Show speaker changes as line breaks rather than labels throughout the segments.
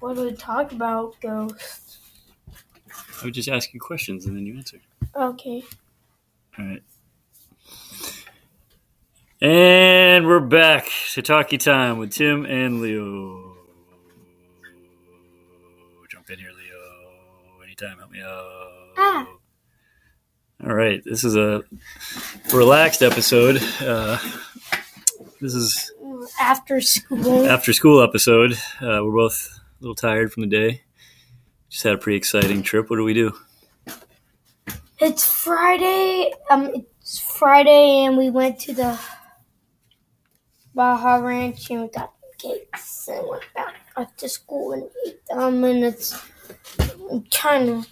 What do we talk about, Ghost?
I would just ask you questions and then you answer.
Okay.
All right. And we're back to Talkie Time with Tim and Leo. Jump in here, Leo. Anytime, help me out.
Ah.
All right. This is a relaxed episode. Uh, this is
After school.
after school episode. Uh, we're both a little tired from the day. Just had a pretty exciting trip. What do we do?
It's Friday. Um, it's Friday, and we went to the Baja Ranch and we got cakes and went back up to school and ate them. And it's kind of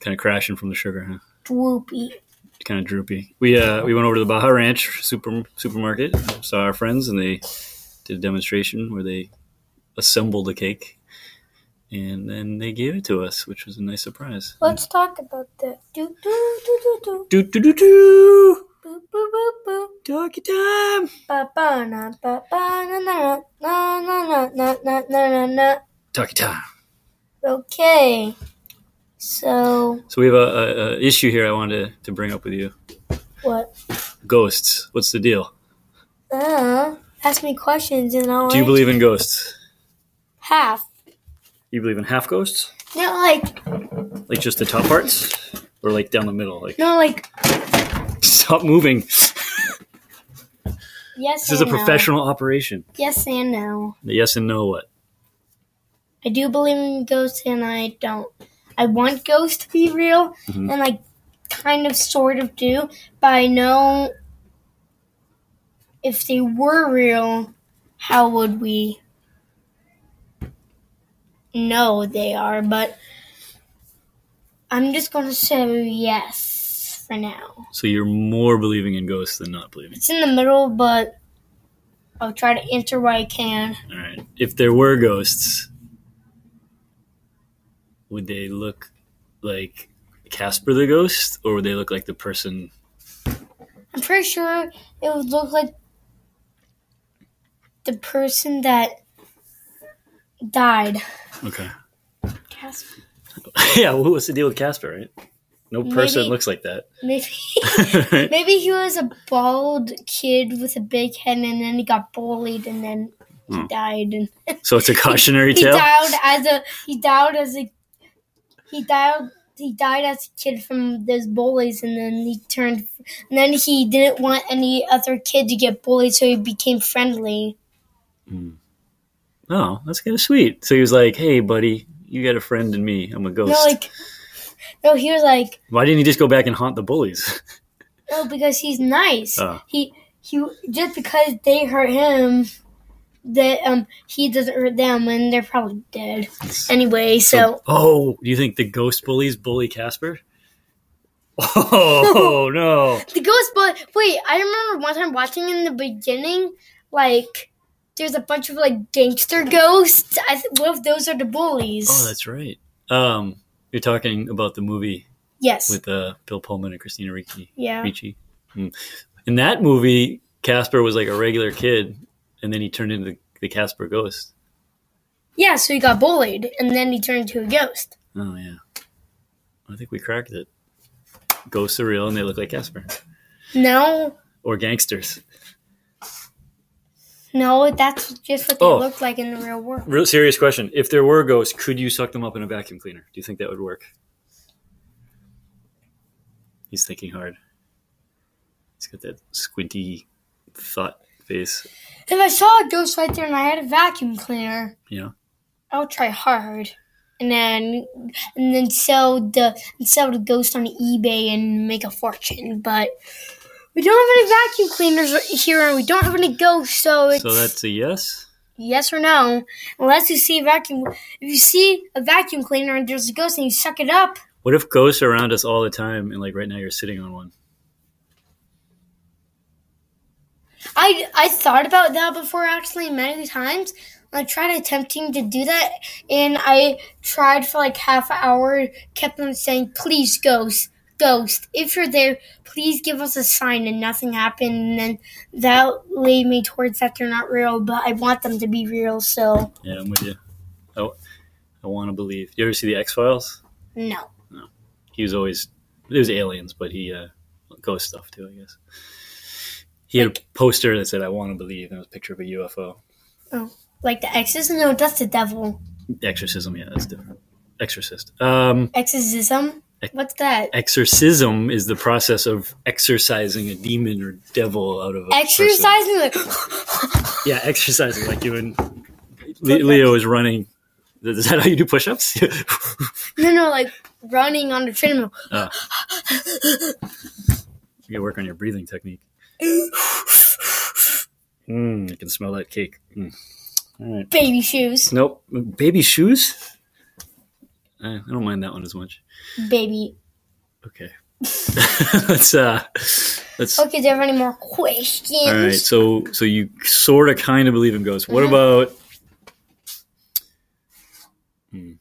Kind of crashing from the sugar, huh?
droopy.
kind of droopy. We uh, we went over to the Baja Ranch super supermarket, saw our friends, and they did a demonstration where they assembled a cake, and then they gave it to us, which was a nice surprise.
Let's talk about that. Do do do do do.
Do do do do.
Boop boop boop boop.
Talkie time.
Ba ba na ba ba na na na na na na na na na na.
Talkie time.
Okay. So
So we have a, a, a issue here. I wanted to, to bring up with you.
what?
Ghosts. What's the deal?
Uh, ask me questions and I'll
Do you
answer.
believe in ghosts?
half.
You believe in half ghosts,
Not like
like just the top parts, or like down the middle? Like
not like
stop moving.
yes.
This is a
and no.
professional operation.
Yes and no.
The yes and no what?
I do believe in ghosts and I don't. I want ghosts to be real
Mhm.
and I kind of sort of do, but I know if they were real, how would we know they are? But I'm just going to say yes for now.
So you're more believing in ghosts than not believing.
It's in the middle, but I'll try to answer what I can.
All right. If there were ghosts, would they look like Casper the ghost, or would they look like the person?
I'm pretty sure it would look like the person that died.
Okay.
Casper.
yeah. What was the deal with Casper? Right. No person
Maybe-
looks like that.
Maybe
Right?
maybe he was a bald kid with a big head, and then he got bullied, and then he
Hmm.
died. And
so it's a cautionary
he
tale.
died as a he died as a he died he died as a kid from those bullies, and then he turned. And then he didn't want any other kid to get bullied, so he became friendly.
Oh, that's kind of sweet. So he was like, "Hey, buddy, you got a friend in me. I'm a ghost."
No, like no, he was like.
Why didn't he just go back and haunt the bullies?
No, because he's nice.
Oh.
He he just because they hurt him that um he doesn't hurt them and they're probably dead. Anyway, so
oh, do you think the ghost bullies bully Casper? Oh no!
the ghost bully wait, I remember one time watching in the beginning, like there's a bunch of like gangster ghosts. I th- what if those are the bullies?
Oh, that's right. Um, you're talking about the movie
yes.
with uh, Bill Pullman and Christina Ricci.
yeah.
Ricci. Mm. In that movie, Casper was like a regular kid, and then he turned into the, the Casper ghost.
Yeah, so he got bullied and then he turned into a ghost.
Oh yeah, I think we cracked it. Ghosts are real, and they look like Casper
No,
or gangsters.
no, that's just what they
Oh.
look like in the real world.
Real serious question: If there were ghosts, could you suck them up in a vacuum cleaner? Do you think that would work? He's thinking hard. He's got that squinty thought face.
If I saw a ghost right there and I had a vacuum cleaner,
Yeah.
I would try hard, and then and then sell the and sell the ghost on eBay and make a fortune. But we don't have any vacuum cleaners right here, and we don't have any ghosts, so it's
So that's a yes.
yes or no. Unless you see a vacuum, if you see a vacuum cleaner and there's a ghost and you suck it up,
What if ghosts are around us all the time, and like right now you're sitting on one?
I I thought about that before actually many times. I tried attempting to do that, and I tried for like half an hour. Kept on saying, "Please, ghost, ghost, if you're there, please give us a sign." And nothing happened. And then that led me towards that they're not real, but I want them to be real. So
Yeah, I'm with you. Oh, I want to believe. You ever see the X Files?
No.
He was always there was aliens, but he uh, ghost stuff too, I guess. He had a poster that said "I want to believe," and it was a picture of a UFO.
Like the exorcism? No, that's the devil.
Exorcism, yeah, that's different. Exorcist. Um,
Exorcism?
Ex-
What's that?
exorcism is the process of exorcising a demon or devil out of a person.
Exercising? Like,
Yeah, exercising like you and Le- Leo is running. Is that how you do push-ups?
no, no, like running on the treadmill.
you gotta work on your breathing technique. Mm, I can smell that cake. Mm. All right.
Baby shoes.
Nope. Baby shoes? Eh, I don't mind that one as much.
Baby.
Okay. let's uh let's
Okay, do you have any more questions?
all right. So so you sort of kind of believe in ghosts. What
Uh-huh.
about Hmm.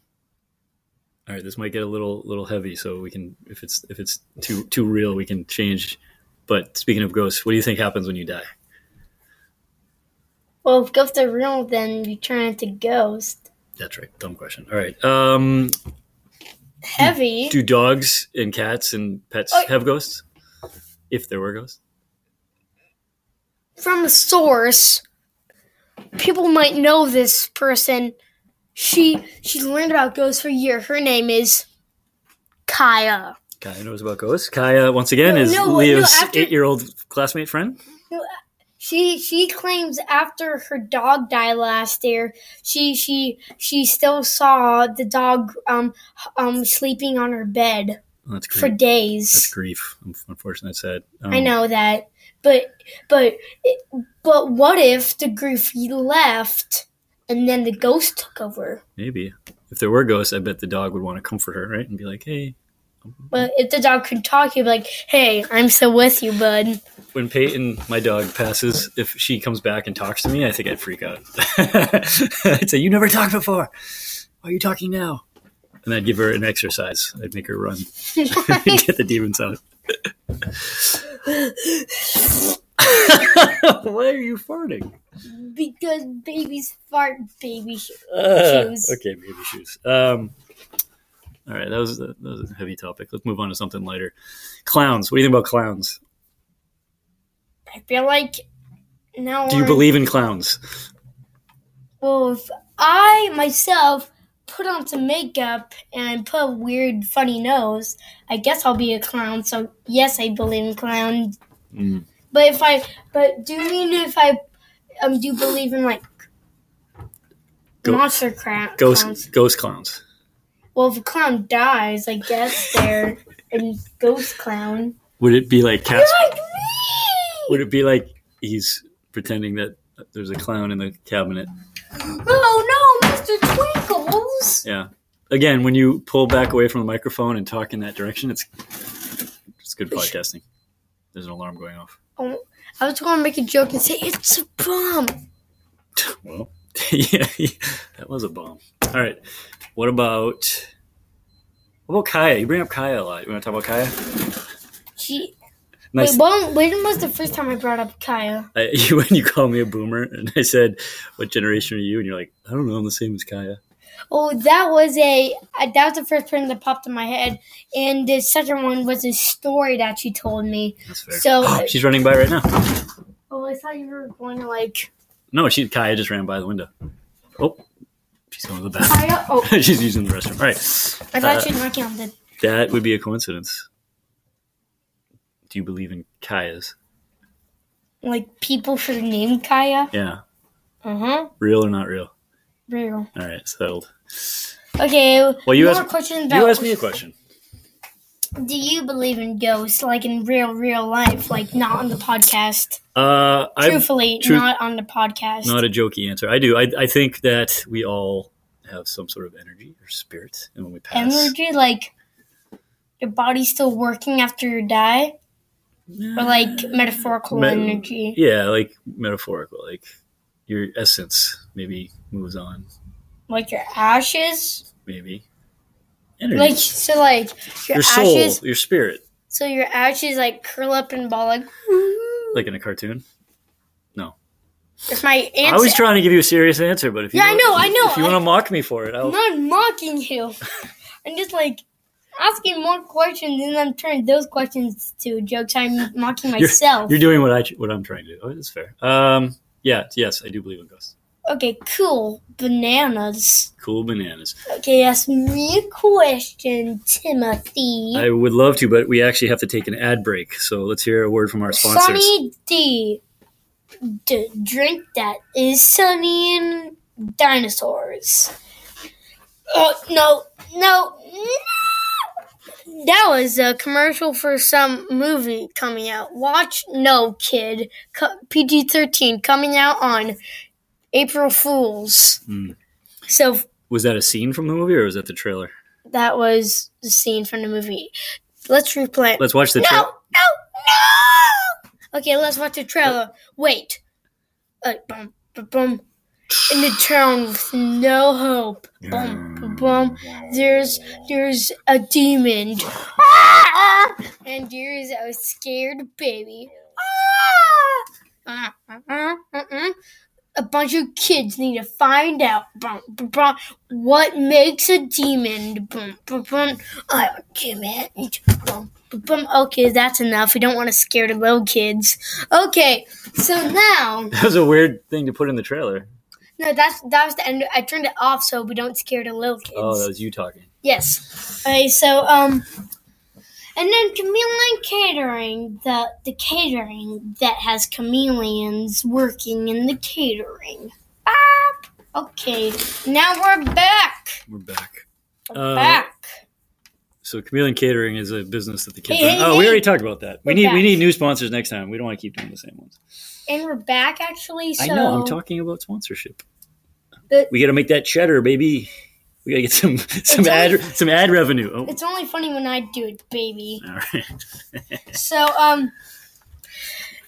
All right, this might get a little little heavy, so we can if it's if it's too too real, we can change. But speaking of ghosts, what do you think happens when you die?
Well, if ghosts are real, then you turn into ghost.
That's right. Dumb question. All right. Um
Heavy.
do dogs and cats and pets
Oh.
have ghosts? If there were ghosts?
From a source, people might know this person. She she learned about ghosts for a year. Her name is Kaya.
Kaya knows about ghosts. Kaya, once again,
No,
is
no, no,
Leo's
after-
eight-year-old classmate friend.
She she claims after her dog died last year, she she she still saw the dog um h- um sleeping on her bed
Oh, that's
for
grief.
days.
grief. Un- Unfortunately, it's sad. Um,
I know that, but but but what if the grief left and then the ghost took over?
Maybe if there were ghosts, I bet the dog would want to comfort her, right, and be like, "Hey."
But if the dog could talk, he'd be like, "Hey, I'm still with you, bud."
When Peyton, my dog, passes, if she comes back and talks to me, I think I'd freak out. I'd say, "You never talked before. Why are you talking now?" And I'd give her an exercise. I'd make her run, get the demons out. Why are you farting?
because babies fart, baby. sh-
Uh,
Shoes.
Okay, baby shoes. Um, all right, that was a, that was a heavy topic. Let's move on to something lighter. Clowns. What do you think about clowns?
I feel like now.
Do you
we're-
believe in clowns?
Well, if I myself put on some makeup and put a weird, funny nose, I guess I'll be a clown. So yes, I believe in clowns.
Mm.
But if I, but do you mean if I, um, do believe in like
Go-
monster cra-
Ghost
clowns?
ghost clowns.
Well, if a clown dies, I guess they're a ghost clown.
Would it be like Casper?
Like me.
Would it be like he's pretending that there's a clown in the cabinet?
Oh no, Mr. Twinkles!
Yeah. Again, when you pull back away from the microphone and talk in that direction, it's it's good podcasting. There's an alarm going off.
Oh, I was going to make a joke and say it's a bomb.
Well, yeah, that was a bomb. All right. What about what about Kaya? You bring up Kaya a lot. You want to talk about Kaya?
She
Nice.
Wait, when, when was the first time I brought up Kaya?
I, you, when you call me a boomer, and I said, "What generation are you?" and you're like, "I don't know. I'm the same as Kaya."
Oh, that was a uh, that was the first person that popped in my head, and the second one was a story that she told me.
That's fair.
So-
she's running by right now.
Oh, I thought you were going to like
No, she Kaya just ran by the window. Oh, she's going to the bathroom.
Kaya. Oh,
she's using the restroom. All right,
I thought she was working on the.
that would be a coincidence. Do you believe in Kayas?
Like people for the name Kaya.
Yeah,
Uh huh.
real or not real?
Real.
All right, settled.
Okay.
Well, you
more
asked-
questions about.
You asked me a question.
Do you believe in ghosts, like in real, real life, like not on the podcast?
Uh, I
Truthfully,
truth-
not on the podcast.
not a jokey answer. I do. I, I think that we all have some sort of energy or spirit, and when we pass,
energy, like your body's still working after you die, or like metaphorical
Me-
energy.
yeah, like metaphorical, like your essence maybe moves on,
like your ashes
maybe energy,
like so like your,
Hmm. your soul,
ashes
your spirit,
so your ashes like curl up and ball like
like in a cartoon. No,
If my
I
answer,
was trying to give you a serious answer, but if you
Yeah, I know, I know.
If you want to mock me for it, I'll,
I'm not mocking you. I'm just like asking more questions, and I'm turning those questions to jokes. I'm mocking myself.
you're doing what I what I'm trying to do. Oh, that's fair. Um, yeah, yes, I do believe in ghosts.
Okay, cool. Bananas.
Cool bananas.
Okay, ask me a question, Timothy.
I would love to, but we actually have to take an ad break. So let's hear a word from our sponsors.
Sunny D. D. Drink that is Sunny and dinosaurs. Oh no, no, no! That was a commercial for some movie coming out. Watch No Kid PG thirteen coming out on April Fools.
Mm.
So
Was that a scene from the movie or was that the trailer?
that was the scene from the movie. Let's replay. it.
Let's watch the
no,
trailer.
no, no. Okay, let's watch the trailer. Wait. Uh, bum, bum, bum. In the town with no hope. Bum, bum, bum. There's there's a demon. Ah! And there's a scared baby. Ah! Ah, ah, ah, ah. A bunch of kids need to find out bum, bum, bum, what makes a demon. Bum, bum, bum. I'm a demon. Bum, Bum, okay, that's enough. We don't want to scare the little kids. Okay, so now,
That was a weird thing to put in the trailer.
no, that's that was the end. I turned it off so we don't scare the little kids.
Oh, that was you talking.
yes. Okay, so um, and then chameleon catering, the the catering that has chameleons working in the catering. Bop. Okay, now we're back.
We're back.
We're
Uh,
back.
So Chameleon Catering is a business that the kids.
Hey, hey,
oh, we
hey.
already talked about that. We
We're
need we
back.
need new sponsors next time. We don't want to keep doing the same ones.
And we're back actually. So
I know. I'm talking about sponsorship.
The-
we got to make that cheddar, baby. We got to get some some
only-
ad some ad revenue. Oh,
It's only funny when I do it, baby.
all right.
So, um,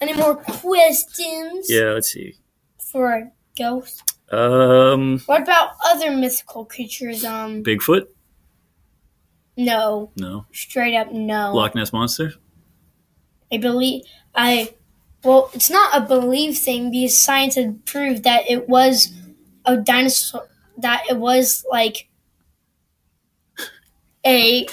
any more questions
Yeah, let's see.
for a ghost?
Um,
What about other mythical creatures? Um,
Bigfoot?
no,
No.
straight up no.
Loch Ness monster?
I believe I. Well, it's not a belief thing because science has proved that it was a dinosaur. That it was like a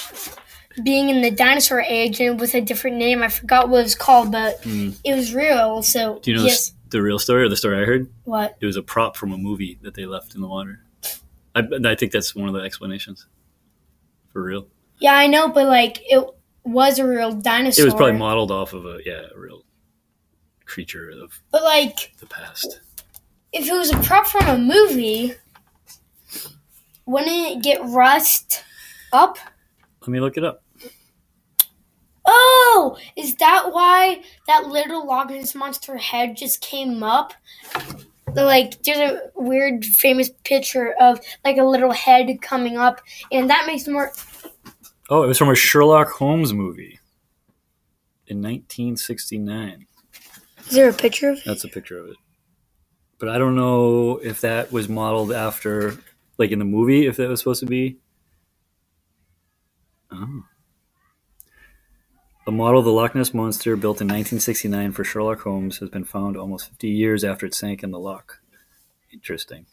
being in the dinosaur age and with a different name. I forgot what it was called, but it was real. So
Hmm. Do you know
yes,
the, the real story or the story I heard?
what?
It was a prop from a movie that they left in the water. I, I think that's one of the explanations. For real,
Yeah, I know, but like it was a real dinosaur.
it was probably modeled off of a yeah a real creature of
But like,
the past.
if it was a prop from a movie, wouldn't it get rust up?
Let me look it up.
Oh, is that why that little Loch Ness monster head just came up? The, Like, there's a weird famous picture of like a little head coming up, and that makes more.
Oh, it was from a Sherlock Holmes movie in 1969.
Is there a picture of it?
That's a picture of it. But I don't know if that was modeled after, like in the movie, if that was supposed to be. Oh. A model of the Loch Ness Monster built in 1969 for Sherlock Holmes has been found almost 50 years after it sank in the loch. Interesting.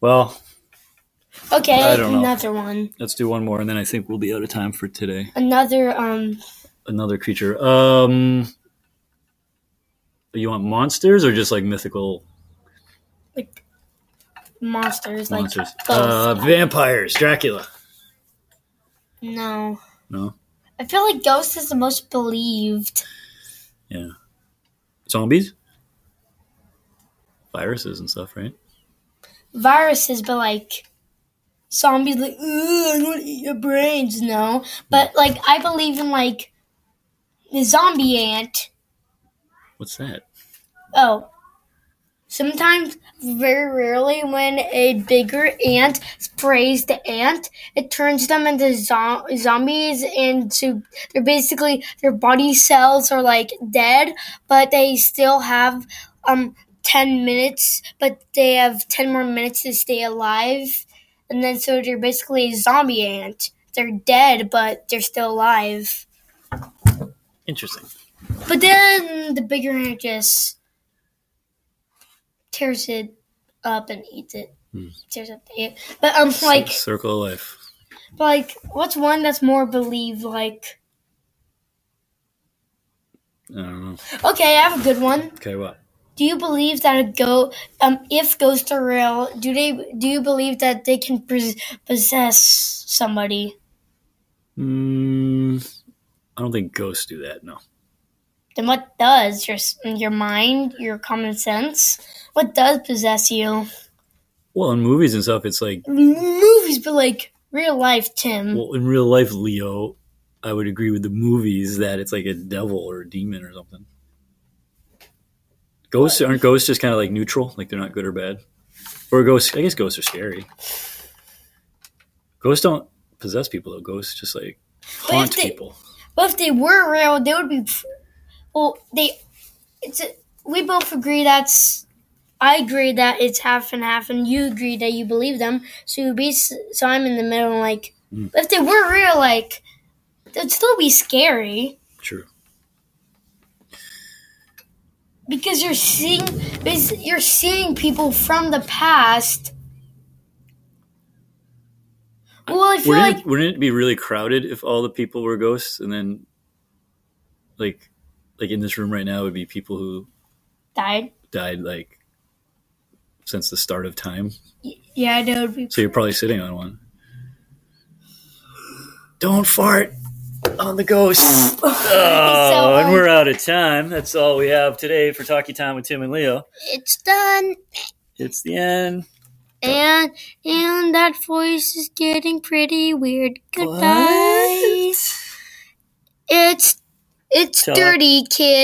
Well,
Okay,
I don't know.
another one,
let's do one more, and then I think we'll be out of time for today.
another um,
another creature. Um, you want monsters or just like mythical
like monsters,
monsters?
like both.
Uh, vampires, Dracula.
No.
No,
I feel like Ghost is the most believed.
yeah, zombies, viruses and stuff, right?
Viruses, but like zombies, like, ooh, I want to eat your brains, no. But like, I believe in like the zombie ant.
What's that?
Oh. Sometimes, very rarely, when a bigger ant sprays the ant, it turns them into zo- zombies, and so they're basically their body cells are like dead, but they still have um ten minutes, but they have ten more minutes to stay alive, and then so they're basically a zombie ant. They're dead, but they're still alive.
Interesting.
But then the bigger ant just tears it up and eats it.
Hmm.
Tears up the egg. But um, like,
circle of life.
but like, what's one that's more believed? Like,
I don't know.
okay, I have a good one.
Okay, what?
Do you believe that a go um if ghosts are real, do they do you believe that they can pres- possess somebody?
Mm, I don't think ghosts do that. No.
Then what does your s- your mind, your common sense? What does possess you?
Well, in movies and stuff, it's like
Movies, but like real life, Tim.
well, in real life, Leo. I would agree with the movies that it's like a devil or a demon or something. Ghosts aren't ghosts just kind of like neutral, like they're not good or bad. Or ghosts, I guess ghosts are scary. Ghosts don't possess people though. Ghosts just like
But if
haunt
they-
people.
But if they were real, they would be. Well, they. It's a, we both agree that's. I agree that it's half and half, and you agree that you believe them. So you be so I'm in the middle, and like
Mm.
if they were real, like it'd still be scary
True.
because you're seeing because you're seeing people from the past. Well, I feel
Wouldn't,
like
it, wouldn't it be really crowded if all the people were ghosts and then like like in this room right now would be people who
died.
died like since the start of time.
Yeah, that would be.
So you're probably sitting on one. Don't fart on the ghosts. Oh, and
um,
we're out of time. That's all we have today for Talkie Time with Tim and Leo.
It's done.
It's the end.
And and that voice is getting pretty weird. Goodbye.
What?
It's it's
Talk-
dirty, kid.